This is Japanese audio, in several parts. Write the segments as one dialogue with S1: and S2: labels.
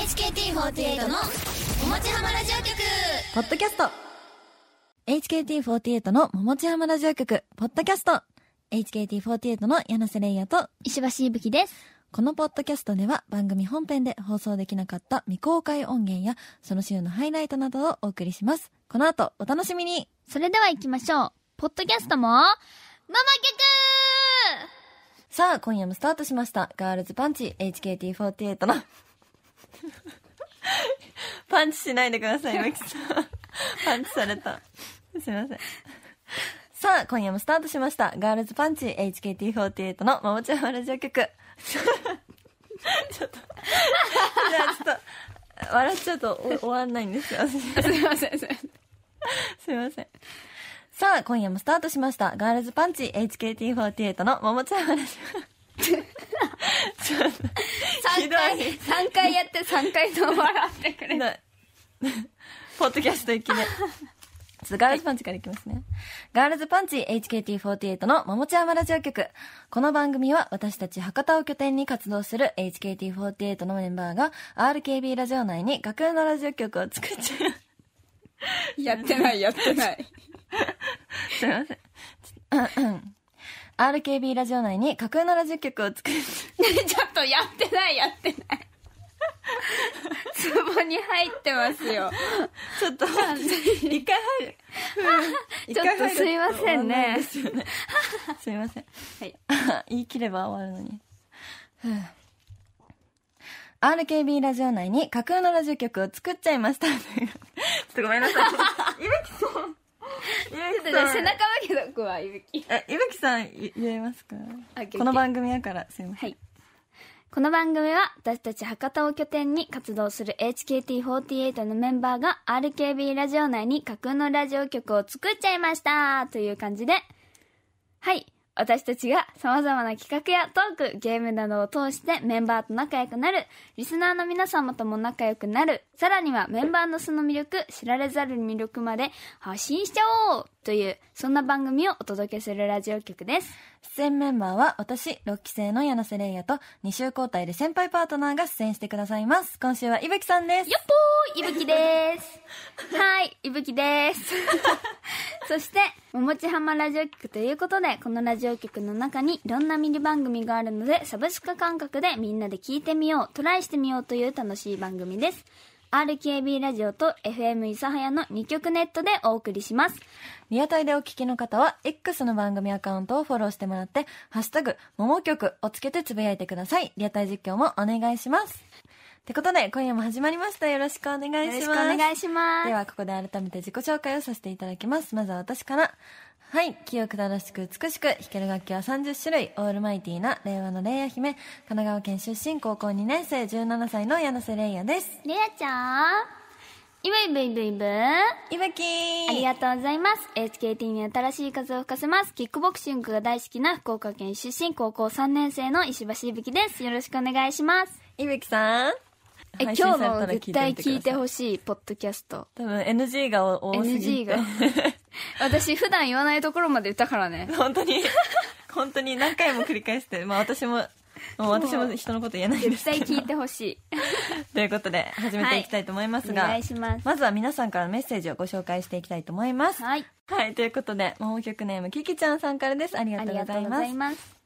S1: HKT48 のおもちはまラジオ局
S2: ポッドキャスト HKT48 の桃地浜ラジオ局、ポッドキャスト HKT48 の柳瀬玲也と、
S1: 石橋いぶきです
S2: このポッドキャストでは番組本編で放送できなかった未公開音源や、その週のハイライトなどをお送りします。この後、お楽しみに
S1: それでは行きましょうポッドキャストもママ局
S2: さあ、今夜もスタートしました。ガールズパンチ HKT48 の。パンチしないでください、マキさん。パンチされた。すいません。さあ、今夜もスタートしました。ガールズパンチ HKT48 のまもちゃまラジオ局。ちょっと、じゃあちょっと、笑っちゃうとお終わんないんですよ、私
S1: すいませんすいません
S2: すいません。さあ、今夜もスタートしました。ガールズパンチ HKT48 の桃ちゃん話。ひ
S1: 3
S2: ど
S1: 回
S2: い
S1: 3回やって3回とも笑ってくれる
S2: な ポッドキャスト行きで。ちょっとガールズパンチからいきますね。ガールズパンチ HKT48 のももちゃまラジオ局。この番組は私たち博多を拠点に活動する HKT48 のメンバーが RKB ラジオ内に架空のラジオ局を作っちゃう。
S1: やってないやってない
S2: すいません。ちょっとうんうん RKB ラジオ内に架空のラジオ局を作る。
S1: ね ちょっとやってないやってないツボに入ってますよ
S2: ち ょっと待って一回入 る。うん
S1: ちょっとすいませんね
S2: 一回入ると終わんないですよね すいません。
S1: はい、
S2: 言い切れば終わるのに。 ふう RKB ラジオ内に架空のラジオ局を作っちゃいました。と いうちょっとごめんな さい。いぶ
S1: 背中
S2: きさん。
S1: 向
S2: いぶきさん。
S1: けとくわいぶき
S2: え、いぶきさんい言えますか
S1: あオッケー
S2: この番組やから、すいません。
S1: はい。この番組は私たち博多を拠点に活動する HKT48 のメンバーが RKB ラジオ内に架空のラジオ局を作っちゃいましたという感じで、はい。私たちが様々な企画やトーク、ゲームなどを通してメンバーと仲良くなる、リスナーの皆様とも仲良くなる、さらにはメンバーの素の魅力、知られざる魅力まで発信しちゃおうという、そんな番組をお届けするラジオ局です。
S2: 出演メンバーは私、6期生の柳瀬玲也と2週交代で先輩パートナーが出演してくださいます。今週はいぶきさんです。
S1: よっぽーいぶきです。はい、いぶきです。 そして、ももちはまラジオ局ということで、このラジオ局の中にいろんなミニ番組があるので、サブスク感覚でみんなで聞いてみよう、トライしてみようという楽しい番組です。RKB ラジオと FM 諫早の2曲ネットでお送りします。
S2: リアタイでお聞きの方は、X の番組アカウントをフォローしてもらって、ハッシュタグ、もも曲をつけてつぶやいてください。リアタイ実況もお願いします。ってことで、今夜も始まりました。よろしくお願
S1: よ
S2: いし
S1: ろ
S2: ます。
S1: しくお願いします。
S2: では、ここで改めて自己紹介をさせていただきます。まずは私から。はい。清く正しく美しく、弾ける楽器は30種類。オールマイティーな令和のレイヤ姫。神奈川県出身、高校2年生、17歳の柳瀬レイヤです。
S1: レアちゃん、いぶいぶいぶいぶ
S2: いぶきー
S1: ありがとうございます。HKT に新しい風を吹かせます。キックボクシングが大好きな福岡県出身高校3年生の石橋いぶきです。よろしくお願いします。
S2: いぶきさん。
S1: え、今
S2: 配
S1: 日
S2: 信された
S1: の
S2: ら
S1: 絶対聞いて
S2: みくださ
S1: ほしいポッドキャスト。
S2: 多分 NG が多すぎ
S1: NG
S2: て
S1: が。私普段言わないところまで言ったから ね。
S2: 本当に本当に何回も繰り返してまあ私ももう私も人のこと言えないんで
S1: 絶
S2: すけ
S1: 対
S2: ど
S1: 聞いてほしい。
S2: ということで始めていきたいと思います
S1: お
S2: が、
S1: 願いします。
S2: まずは皆さんからのメッセージをご紹介していきたいと思います
S1: はい。
S2: はいということで魔法局ネームキキちゃんさんからですあり
S1: あ
S2: がと
S1: り
S2: うご
S1: が
S2: ざ
S1: とう
S2: い
S1: ご
S2: ま
S1: ざ
S2: す
S1: います。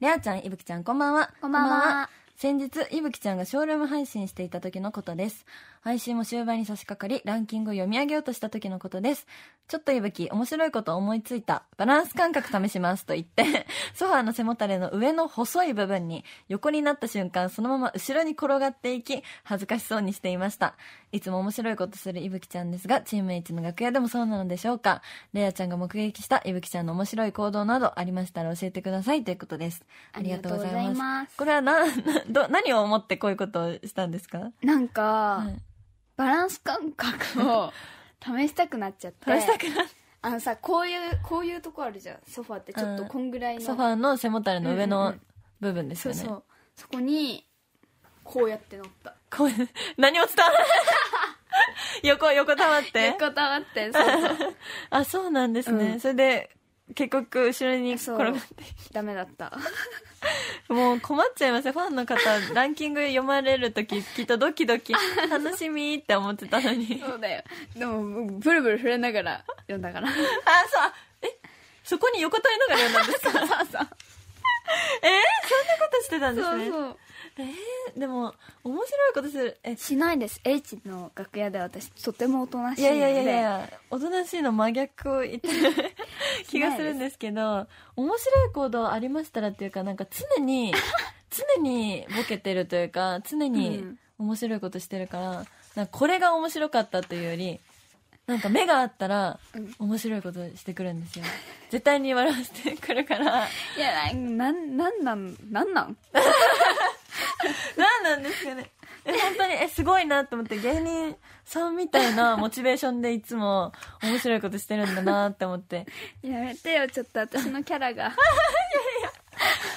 S2: レアちゃん、いぶきちゃん、こんばんは。
S1: こんばんは
S2: 先日、いぶきちゃんがショールーム配信していた時のことです。配信も終盤に差し掛かり、ランキングを読み上げようとした時のことです。ちょっといぶき、面白いこと思いついた。バランス感覚試しますと言って、 ソファーの背もたれの上の細い部分に、横になった瞬間、そのまま後ろに転がっていき、恥ずかしそうにしていました。いつも面白いことするいぶきちゃんですが、チーム H の楽屋でもそうなのでしょうか。レアちゃんが目撃したいぶきちゃんの面白い行動などありましたら教えてくださいということです。ありがとうござ
S1: あり
S2: い
S1: がとうござい
S2: ま
S1: ます
S2: す。これはな、など、何を思ってこういうことをしたんですか
S1: なんか、
S2: はい
S1: バランス感覚を試したくなっちゃって。
S2: 試したくな
S1: あのさこういうこういうとこあるじゃんソファーってちょっとこんぐらいの、
S2: ソファーの背もたれの上
S1: うんうん
S2: の
S1: うん
S2: 部分です
S1: そ
S2: よ
S1: う
S2: ね。
S1: そうそこにこうやって乗った
S2: こういう 何も伝わらない。横、横たわって。
S1: 横たわって そうそう
S2: あ、そうなんですね。
S1: うん
S2: それで、結局、後ろに
S1: そ
S2: 転
S1: う
S2: がって。
S1: ダメだった
S2: もう困っちゃいますよファンの方ランキング読まれる時きっとドキドキ楽しみって思ってたのに
S1: そうだよでもブルブル触れながら読んだから
S2: あ そうえそこに横たえながら読んだんですか
S1: そうそう
S2: えー、そんなことしてたんですね
S1: そうそう
S2: えー、でも面白いことするえ
S1: しないです H の楽屋で私とてもおとなし
S2: い
S1: いの
S2: や
S1: で
S2: いやいやいやおとなしいの真逆を 言ってる気がするんですけど面白い行動ありましたらっていうかなんか常 に常にボケてるというか常
S1: う
S2: に
S1: ん
S2: 面白いことしてるから、なんかこれが面白かったというよりなんか目があったら
S1: うん
S2: 面白いことしてくるんですよ絶対に笑わせてくる から
S1: いやなんなんなんなんなん
S2: なんなんですかねえ本当にえすごいなと思って芸人さんみたいなモチベーションでいつも面白いことしてるんだなって思って
S1: やめてよちょっと私のキャラ が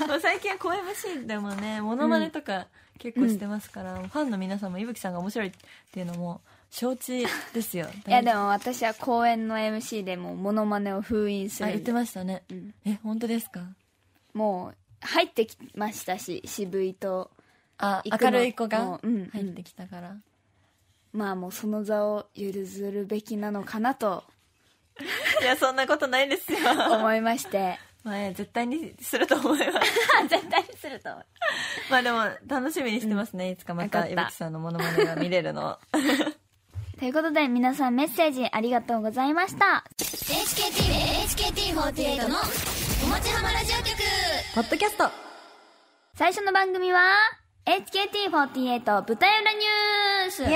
S2: まあ最近は小 MC でもねモノマネとか結構してますから、ファンの皆さんも伊吹さんが面白いっていうのも承知ですよ
S1: いやで
S2: も
S1: も私は公演の MC でもうモノマネを封印す
S2: あ
S1: る
S2: 言ってましたね
S1: うん
S2: え本当ですか
S1: もう入ってきましたし渋いと
S2: あ
S1: 行くの
S2: 明るい子
S1: も
S2: が
S1: ううん
S2: 入ってきたから、
S1: まあもうその座を譲るべきなのかな と
S2: いやそんなことないですよ
S1: 思いまして
S2: まあ絶対にすると思います
S1: 絶対 すると思う
S2: まあでも楽しみにしてますね、いつかま
S1: わか
S2: た
S1: っ
S2: 伊
S1: た
S2: 吹さんのモノマネが見れるのを
S1: ということで皆さんメッセージありがとうございました
S3: HKT HKT48 のおもちはまラジオ局
S2: ポッドキャスト
S1: 最初の番組は HKT48 舞台裏ニュース
S2: イエーイ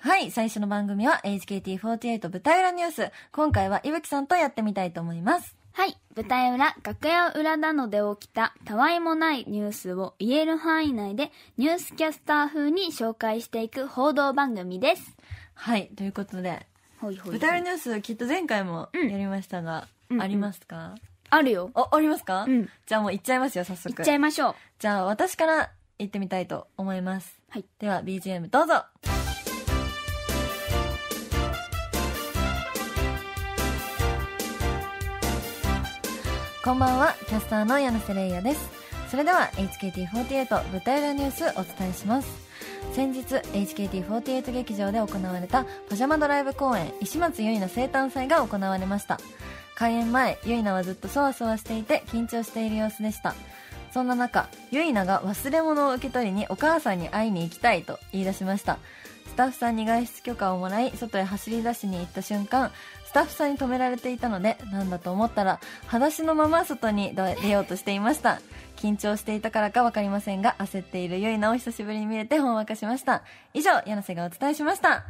S2: はい、最初の番組は HKT48 舞台裏ニュース。今回は伊吹さんとやってみたいと思います。
S1: はい舞台裏楽屋裏なので起きたたわいもないニュースを言える範囲内でニュースキャスター風に紹介していく報道番組です
S2: はい、ということで、
S1: ほいほいほい
S2: 舞台裏ニュースきっと前回もやりましたが、
S1: うん
S2: ありますか、
S1: あるよ
S2: あ、ありますか、
S1: うん
S2: じゃあもう行っちゃいますよ、早速。
S1: いっちゃいましょう
S2: じゃあ私から行ってみたいと思います。
S1: はい
S2: では BGM どうぞこんばんはキャスターの柳瀬玲也ですそれでは HKT48 舞台裏ニュースお伝えします先日 HKT48 劇場で行われたパジャマドライブ公演石松結菜生誕祭が行われました開演前結菜はずっとそわそわしていて緊張している様子でしたそんな中、ユイナが忘れ物を受け取りにお母さんに会いに行きたいと言い出しました。スタッフさんに外出許可をもらい、外へ走り出しに行った瞬間、スタッフさんに止められていたので、なんだと思ったら、裸足のまま外に出ようとしていました。緊張していたからかわかりませんが、焦っているユイナを久しぶりに見れてほんわかしました。以上、柳瀬がお伝えしました。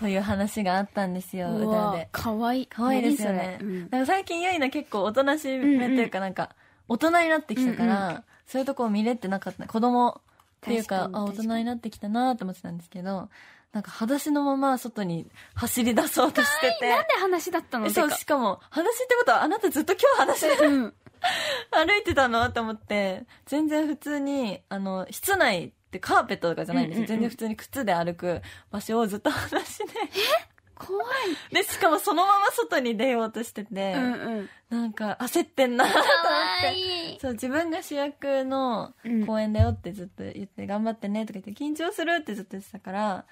S2: という話があったんですよ、
S1: う
S2: 歌で
S1: わ。かわいい
S2: 可愛いですよね。
S1: 何それうん
S2: なんか最近ユイナ結構おとなしめっていうかなんか、大人になってきたから、そういうとこを見れてなかった。子供っていうか、
S1: 確か
S2: あ、
S1: に
S2: 大
S1: 確
S2: 人
S1: かに
S2: になってきたなって思ってたんですけど、なんか裸足のまま外に走り出そうとして
S1: なん
S2: て。
S1: で話だったの
S2: えそう、
S1: てか
S2: しかも、裸足ってことはあなたずっと今日裸足で
S1: うん
S2: 歩いてたのと思って、全然普通に、あの、室内ってカーペットとかじゃないんです
S1: う
S2: よ。
S1: んうんうん
S2: 全然普通に靴で歩く場所をずっと裸足で。
S1: 怖い
S2: で、しかもそのまま外に出ようとしてて。
S1: うんうん
S2: なんか焦ってんな
S1: かわいい
S2: そう自分が主役の
S1: うん
S2: 公演だよってずっと言って、頑張ってねとか言って緊張するってずっと言ってたから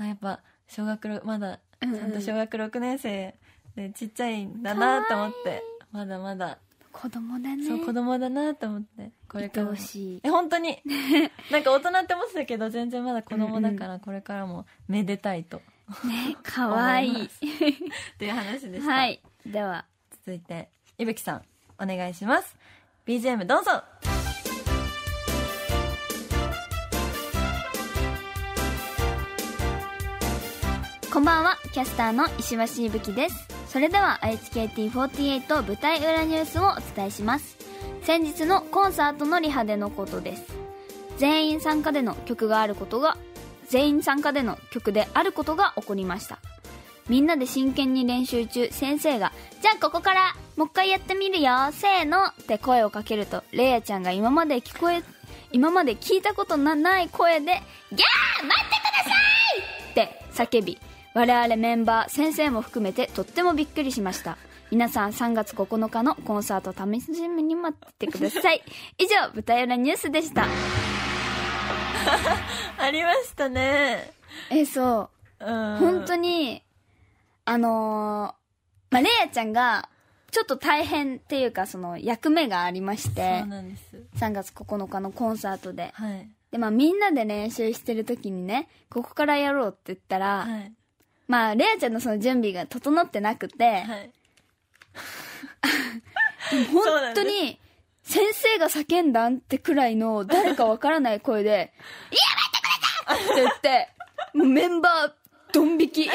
S2: あやっぱ小学ろまだち
S1: う
S2: ゃ
S1: んうん
S2: んと小学6年生でちっちゃいんだなと思ってまだまだ
S1: 子供だね
S2: そう子供だなと思ってこ
S1: これ
S2: れからも
S1: しい
S2: え本 当になんか大人って思ってたけど全然まだ子供だからこれからもめでたいと
S1: ねかわい
S2: 思い
S1: い
S2: ますっていう話でした、
S1: はいでは
S2: 続いていぶきさんお願いします BGM どうぞ
S1: こんばんは、キャスターの石橋いぶきです。それでは HKT48 舞台裏ニュースをお伝えします。先日のコンサートのリハでのことです。全員参加での曲があることが、全員参加での曲であることが起こりました。みんなで真剣に練習中、先生が、じゃあここから、もう一回やってみるよ、せーのって声をかけると、レイヤちゃんが今まで聞こえ、今まで聞いたことのない声で、ギャー待ってくださいって叫び、我々メンバー、先生も含めてとってもびっくりしました。皆さん3月9日のコンサート楽しみに待っててくださ い以上舞台裏ニュースでした
S2: ありましたね。
S1: えそう本
S2: 本
S1: 当
S2: に。
S1: に、あのーまあ、レイヤちゃんが、ちょっと大変っていうか、その、役目がありまし
S2: そ
S1: て
S2: う、なんです。
S1: 3月9日のコンサートで。
S2: はい。
S1: で、まあ、みんなで練習してる時にね、ここからやろうって言ったら、
S2: はい。
S1: まあ、レイヤちゃんのその準備が整ってなくて、
S2: はい。
S1: 本
S2: そうなん
S1: 当
S2: です
S1: に、先生が叫んだんってくらいの、誰かわからない声で、やめてくれたって言って、もうメンバー、ドン引き。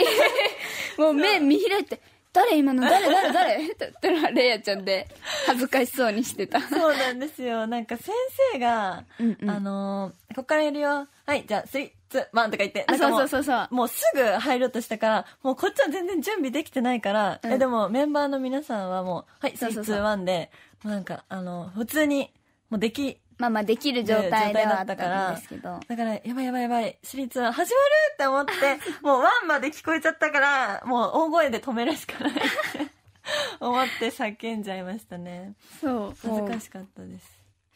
S1: もう目見開いて、誰今の誰誰誰って言ったら、レイヤちゃんで、恥ずかしそうにしてた。
S2: そうなんですよ。 なんか先生が、
S1: うんうん
S2: あのーこっからやるよ。はい、じゃあ、スリー、ツー、ワンとか言って。
S1: あ、
S2: なんか
S1: そう
S2: も
S1: そうそうそう。
S2: もうすぐ入ろうとしたから、もうこっちは全然準備できてないから、
S1: うん
S2: えでもメンバーの皆さんはもう、はい、
S1: そ
S2: ス
S1: う
S2: リ
S1: そ
S2: ー、
S1: う
S2: ツ
S1: そう
S2: ー、ワンで、もうなんか、あの、普通に、もうでき、
S1: まあまあ、できる状態ではあっ
S2: 状態だったから
S1: たんですけど。
S2: だから、やばいやばいやばい、スリー、ツー、始まるって思 って、もうワンまで聞こえちゃったから、もう大声で止めるしかないって思って叫んじゃいましたね。
S1: そう。
S2: 恥ずかしかったです。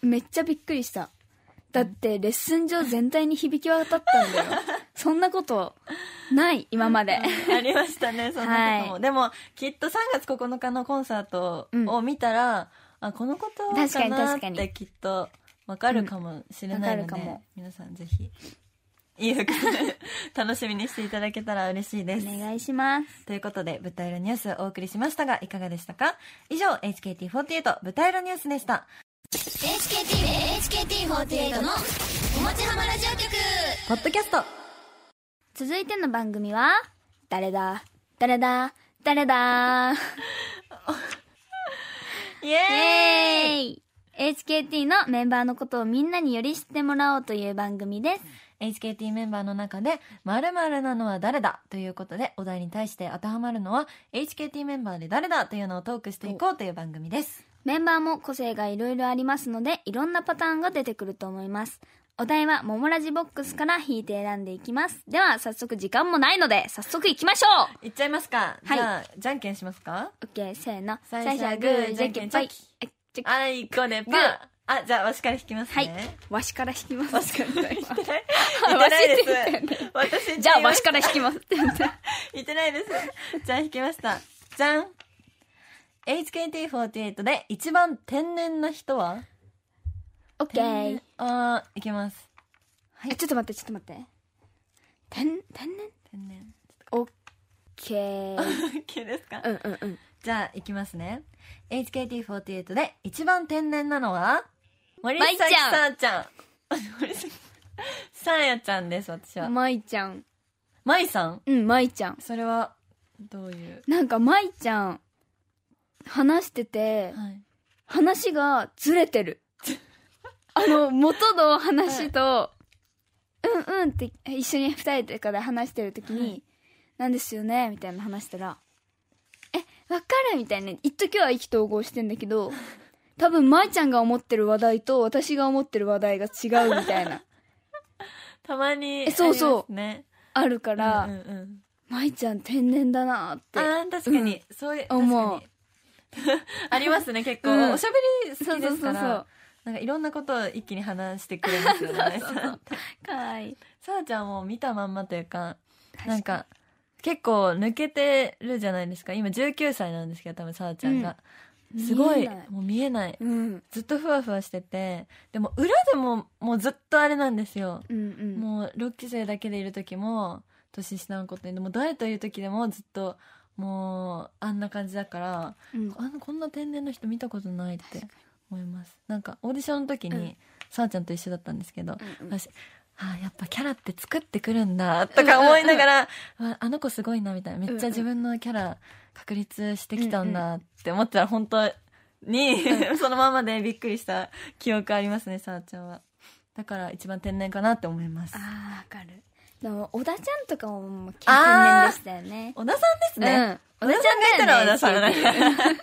S1: めっちゃびっくりしただってレッスン上全体に響き渡ったんだよそんなことない今まで
S2: ありましたね、そんなことも。
S1: はい
S2: でも、きっと3月9日のコンサートを見たら、あ、このこと
S1: 確か
S2: か
S1: に
S2: な
S1: 確
S2: っ
S1: かに
S2: てきっとわかるかもしれないの
S1: うんわか
S2: で、
S1: るかも
S2: 皆さんぜひ、いい服で楽しみにしていただけたら嬉しいで
S1: お
S2: す。
S1: 願いします
S2: ということで、舞台裏ニュースお送りしましたが、いかがでしたか以上、HKT48 舞台裏ニュースでした。
S3: HKT、HKT48 のおもちはまラジオ局
S2: ポッドキャスト
S1: 続いての番組は誰だ誰だ誰だ
S2: イエ
S1: イエーイ HKT のメンバーのことをみんなにより知ってもらおうという番組です
S2: HKT メンバーの中で「〇〇なのは誰だ?」ということでお題に対して当てはまるのは HKT メンバーで誰だというのをトークしていこうという番組です
S1: メンバーも個性がいろいろありますのでいろんなパターンが出てくると思いますお題はモモラジボックスから引いて選んでいきますでは早速時間もないので早速いきましょう
S2: いっちゃいますか、
S1: はい
S2: じゃあじゃんけんしますか
S1: オッケー、せーの。
S2: 最初はグーじゃんけんチョキ
S1: えチョキ。
S2: あいこね
S1: グー
S2: ぱあじゃあわしから引きます
S1: はい
S2: ね、。
S1: わしから引きます。わしから引き
S2: 言ってない
S1: あ
S2: 言ってないです
S1: わしって言ったよ
S2: 私言ってみま
S1: じゃあ、わしから引き ますって言って。
S2: 言ってないです じゃあ引きましたじゃん HKT48 で一番天然な人は
S1: オッケー。
S2: あーいきます
S1: えちょっと待って、ちょっと待って。天、天然
S2: 天然
S1: オッケー。
S2: OK ですか
S1: うんうんうん。
S2: じゃあ、いきますね。HKT48 で一番天然なのは、森崎
S1: 舞ちゃん
S2: さあちゃん。森崎さあやちゃんです、私は。
S1: まいちゃん。
S2: まいさん
S1: うん、まいちゃん。
S2: それは、どういう。
S1: なんか、まいちゃん、話してて、
S2: はい。
S1: 話がずれてる。 あの、元の話と、うんうんって一緒に二人とかで話してる時に、
S2: はい
S1: なんですよねみたいな話したら、え、わかるみたいな、一時は意気投合してんだけ ど、多分、舞ちゃんが思ってる話題と私が思ってる話題が違うみたい な、
S2: たまに、
S1: えそうそう
S2: ありますね。
S1: あるから、
S2: うんうんうん
S1: 舞ちゃん天然だなっ
S2: あ
S1: て。
S2: ー確かに、そういう、確
S1: 思
S2: か
S1: う
S2: に。 ありますね、結構。
S1: うん
S2: おしゃべり好きですから。なんかいろんなことを一気に話してくれますよね。
S1: かわいい。
S2: さあちゃんも見たまんまというか、なんか、結構抜けてるじゃないですか。今19歳なんですけど、多分さあちゃんが。
S1: うん
S2: すご
S1: 見
S2: い
S1: えない、
S2: もう見えない。
S1: うん。
S2: ずっとふわふわしてて、でも裏でも、もうずっとあれなんですよ。
S1: うんうん。
S2: もう6期生だけでいる時も、年下のことに、でも誰といる時でもずっと、もう、あんな感じだから、
S1: うん
S2: あのこんな天然の人見たことないって思います。なんか、オーディションの時に、さあちゃんと一緒だったんですけど、
S1: うんうん
S2: 私ああやっぱキャラって作ってくるんだとか思いながら、ああの子すごいなみたいなめっちゃ自分のキャラ確立してきたんだって思ったら本当に そのままでびっくりした記憶ありますねさあちゃんはだから一番天然かなって思います
S1: あーわかるでも小田ちゃんとかももう経験でしたよね
S2: 小田さんですね、
S1: うん
S2: 小田さんがいたら小田さん
S1: 小田ちゃんだよね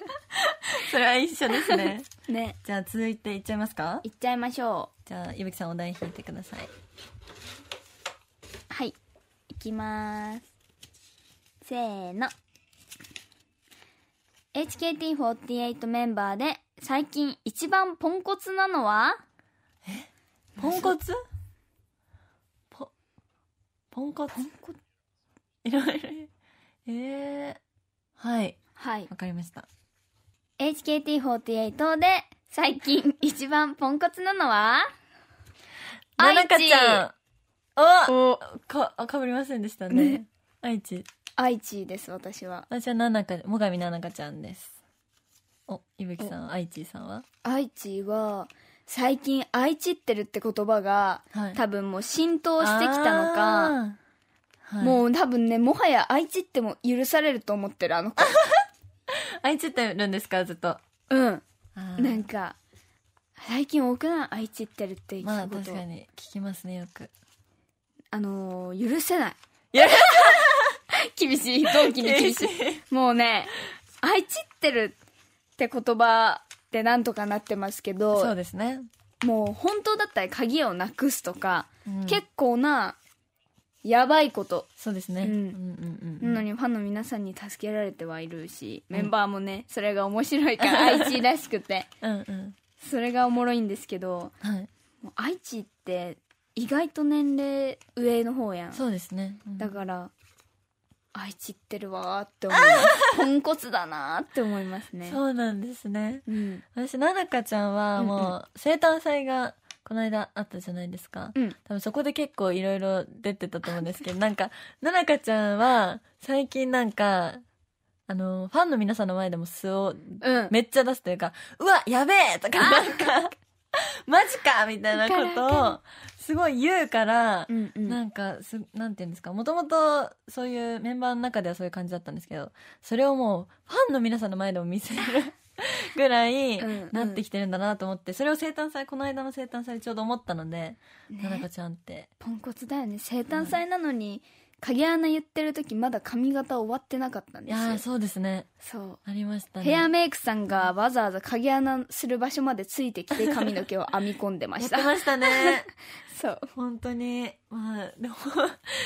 S2: それは一緒ですね
S1: ね
S2: じゃあ続いていっちゃいますか
S1: いっちゃいましょ
S2: じゃあいぶきさんお題引いてくださいう
S1: はいいきまーすせーの HKT48 メンバーで最近一番ポンコツなのは
S2: ポンコツポポンコツいろい ろえー、はい
S1: はい
S2: わかりました
S1: HKT48 で最近一番ポンコツなのは
S2: ななかちゃんお
S1: お
S2: かあかぶりませんでしたね
S1: ね
S2: 愛知
S1: 愛知です私は
S2: 私はななか最上ななかちゃんですおいぶきさん愛知さんは
S1: 愛知は最近「愛知ってる」って言葉が
S2: はい
S1: 多分もう浸透してきたのか、
S2: あーはい、
S1: もう多分ねもはや愛知っても許されると思ってるあの子
S2: 愛知ってるんですかずっと
S1: うん
S2: な
S1: なんか最近多くない愛知ってるって
S2: ま
S1: 聞
S2: あ
S1: くこと、
S2: 確かに聞きますねよく
S1: あのー許せない
S2: いや
S1: 厳しい同期に厳しいもうね「愛知ってる」って言葉でなんとかなってますけ
S2: そう
S1: ど
S2: ですね、
S1: もう本当だったら鍵をなくすとか、
S2: うん
S1: 結構なやばいこと
S2: そうですね、
S1: うん
S2: うんうんうん
S1: なのにファンの皆さんに助けられてはいるし、メンバーもねそれが面白いから 愛知らしくて
S2: うんうん
S1: それがおもろいんですけど
S2: はい
S1: もう愛知って意外と年齢上の方やん
S2: そうですね、うん
S1: だから愛知ってるわーって思う ポンコツだなーって思いますね
S2: そうなんですね
S1: うん
S2: 私ななかちゃんはもう生誕祭がこの間あったじゃないですか、
S1: うん
S2: 多分そこで結構いろいろ出てたと思う んですけどなんかななかちゃんは最近なんかあのファンの皆さんの前でも素を
S1: うん
S2: めっちゃ出すというか、うわ、やべえとか、な んか、マジかみたいなこ
S1: わかる
S2: とを、すごい言うから
S1: う、んうん
S2: なんかす、なんていうんですか、もともとそういうメンバーの中ではそういう感じだったんですけど、それをもう、ファンの皆さんの前でも見せる ぐらい
S1: うんうん
S2: なってきてるんだなと思って、それを生誕祭、この間の生誕祭でちょうど思ったので、なな
S1: ね
S2: かちゃんって。
S1: ポンコツだよね生誕祭なのに鍵穴言ってる時まだ髪型終わってなかったん
S2: い
S1: です
S2: やー、
S1: よ
S2: そうですね。
S1: そう
S2: ありましたね。
S1: ヘアメイクさんがわざわざ鍵穴する場所までついてきて髪の毛 を編み込んでま
S2: や
S1: し
S2: ったてました ね。
S1: そう
S2: 本当に。まあ、でも、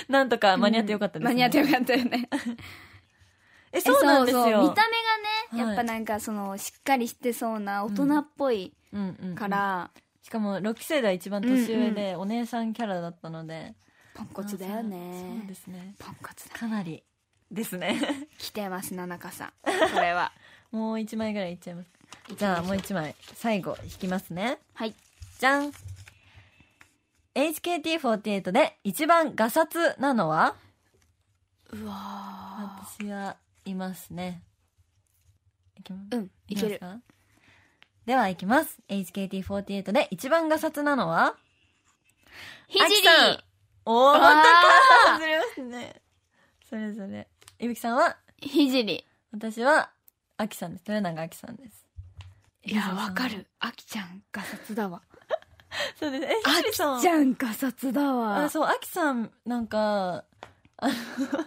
S2: なんとか間に合ってよかったですね。
S1: 間に合ってよかったよね
S2: え、 そうなんですよ。
S1: そうそう見た目がね、
S2: はい
S1: やっぱなんかそのしっかりしてそうな大人っぽい
S2: うんうんうん
S1: から、
S2: しかも6世代一番年上で、お姉さんキャラだったので
S1: ポンコツだよ
S2: あそうそうで
S1: ね
S2: すね
S1: ポンコツだ
S2: かなりです ね
S1: 来てますななかさんこれ は
S2: もう1枚ぐらいいっちゃいますじゃあもう1枚最後引きますね
S1: はい
S2: じゃん HKT48 で一番ガサツなのは
S1: うわー
S2: 私はいますねいきます
S1: うんいけ
S2: い
S1: る
S2: きますかではいきます HKT48 で一番ガサツなのは
S1: ひ
S2: あ
S1: じ
S2: き
S1: り
S2: さんおお
S1: あー
S2: 本当かずれますねそれぞれいぶきさんは
S1: ひじり
S2: 私はあきさんです豊永あきさんです
S1: いやわかるあきちゃんガサツだわ
S2: そうですえ
S1: あ
S2: ひじりさん
S1: きちゃんガサツだ
S2: あ
S1: わ
S2: そうあきさんなんかあの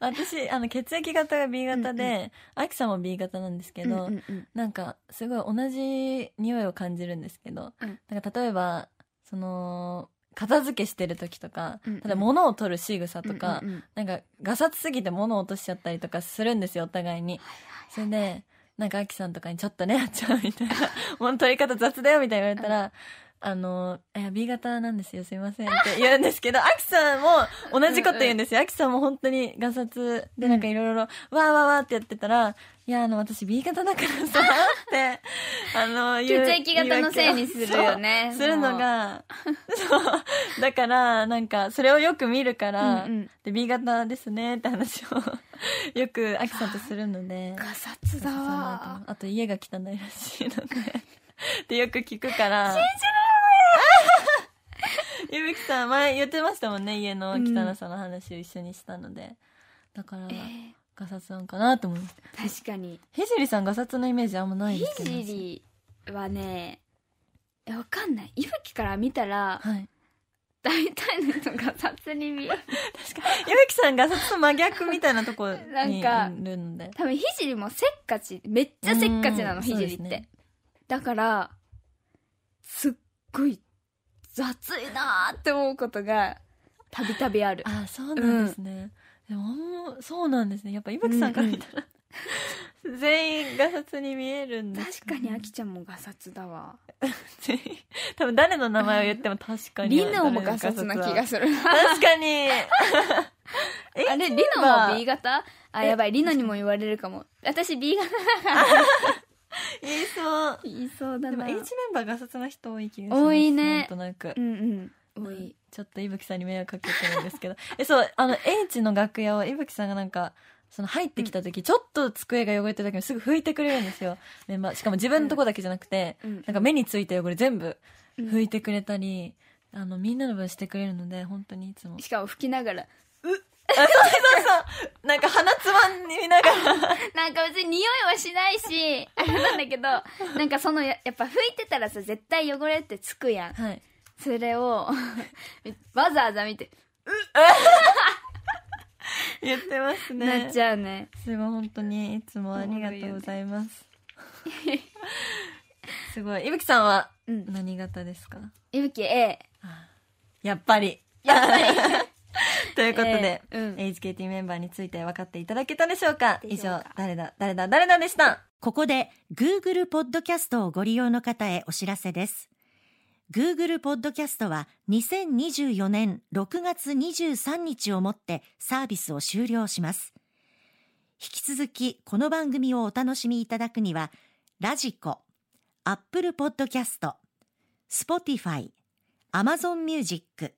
S2: 私あの血液型が B 型であき、さんも B 型なんですけ
S1: うん
S2: ど、
S1: うんうん
S2: なんかすごい同じ匂いを感じるんですけど、
S1: うん
S2: なんか例えばその片付けしてる時とか、
S1: うんうん
S2: ただ物を取る仕草とか、
S1: うんうんうん
S2: なんか、ガサツすぎて物を落としちゃったりとかするんですよ、お互いに。それで、なんか、アキさんとかにちょっとね、 やっちゃうみたいな。もう取り方雑だよ、みたいに言われたら、あの、いや、B 型なんですよ、すいませんって言うんです けど、アキさんも同じこと言うんですよ。アキさんも本当にガサツで、なんかいろいろ、わーわーわーってやってたら、いや、あの、私 B 型だから さ、って、あの、
S1: 血
S2: 言う
S1: 液型のせいにするよね
S2: そうするのが、 そう。だから、なんか、それをよく見るから、
S1: うんうん
S2: で、B 型ですねって話をよく、アキさんとするので。
S1: ガサツだわ
S2: あと、家が汚いらしいので。ってよく聞くから。ゆぶきさん、前言ってましたもんね、家の汚さの話を一緒にしたので。だから、
S1: え
S2: ガサツなんかなと思いました。
S1: ー確かに
S2: ひじりさん、ガサツのイメージあんまないですけ
S1: ひ
S2: ど。
S1: じりはねえわかんないいぶきから見たら
S2: はい。
S1: 大体の人が雑に見える
S2: ゆぶきさん、ガサツと真逆みたいなとこにい
S1: なん
S2: るので。
S1: 多分ひじりもせっかちめっちゃせっかちな
S2: うん
S1: のひじりっ
S2: そう
S1: て、
S2: ですね
S1: だからすっごい雑いなーって思うことがたびたびある
S2: あそうなんですね、でもあんまそうなんですねやっぱ伊吹さんから見たら、全員ガサツに見えるんで
S1: 確かにあきちゃんもガサツだわ
S2: 全員多分誰の名前を言っても確かに
S1: リノもガサツな気が
S2: す
S1: する
S2: る確かにえ
S1: あれリノも B 型あやばいリノにも言われるかも私 B 型
S2: 言いそう
S1: 言いそうだ
S2: でも
S1: な
S2: H メンバーガサツな人多い気がします
S1: 多いね
S2: なんとなく
S1: うんうん多い
S2: ちょっと伊吹さんに迷惑かけてるんですけど えそうあの H の楽屋を伊吹さんがなんかその入ってきた時、ちょっと机が汚れてるだけですぐ拭いてくれるんです よメンバーしかも自分のとこだけじゃなくて、
S1: うん
S2: なんか目についた汚れ全部拭いてくれたり、あのみんなの分してくれるので本当に いつも
S1: しかも吹きながら
S2: なんか鼻つまんに見な がら
S1: なんか別に匂いはしないしあれなんだけどなんかそのややっぱ拭いてたらさ絶対汚れってつくやん
S2: はい
S1: それを わざわざ見て
S2: 言ってますね
S1: なっちゃうね
S2: すごい本当にいつもありがとうございます すごい伊吹さんは
S1: うん
S2: 何型ですか、
S1: いぶき A
S2: やっぱり。 ということで、
S1: えーうん
S2: HKT メンバーについて分かっていただけたでしょうか
S1: で
S2: 以
S1: しょう
S2: 上
S1: か、
S2: 誰だ、誰だ、誰だでした。
S4: ここで Google ポッドキャストをご利用の方へお知らせです。Google ポッドキャストは2024年6月23日をもってサービスを終了します。引き続きこの番組をお楽しみいただくには、ラジコ、Apple ポッドキャスト、Spotify、Amazon Music、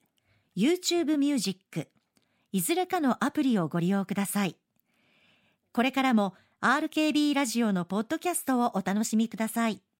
S4: YouTube Music、いずれかのアプリをご利用ください。これからも RKB ラジオのポッドキャストをお楽しみください。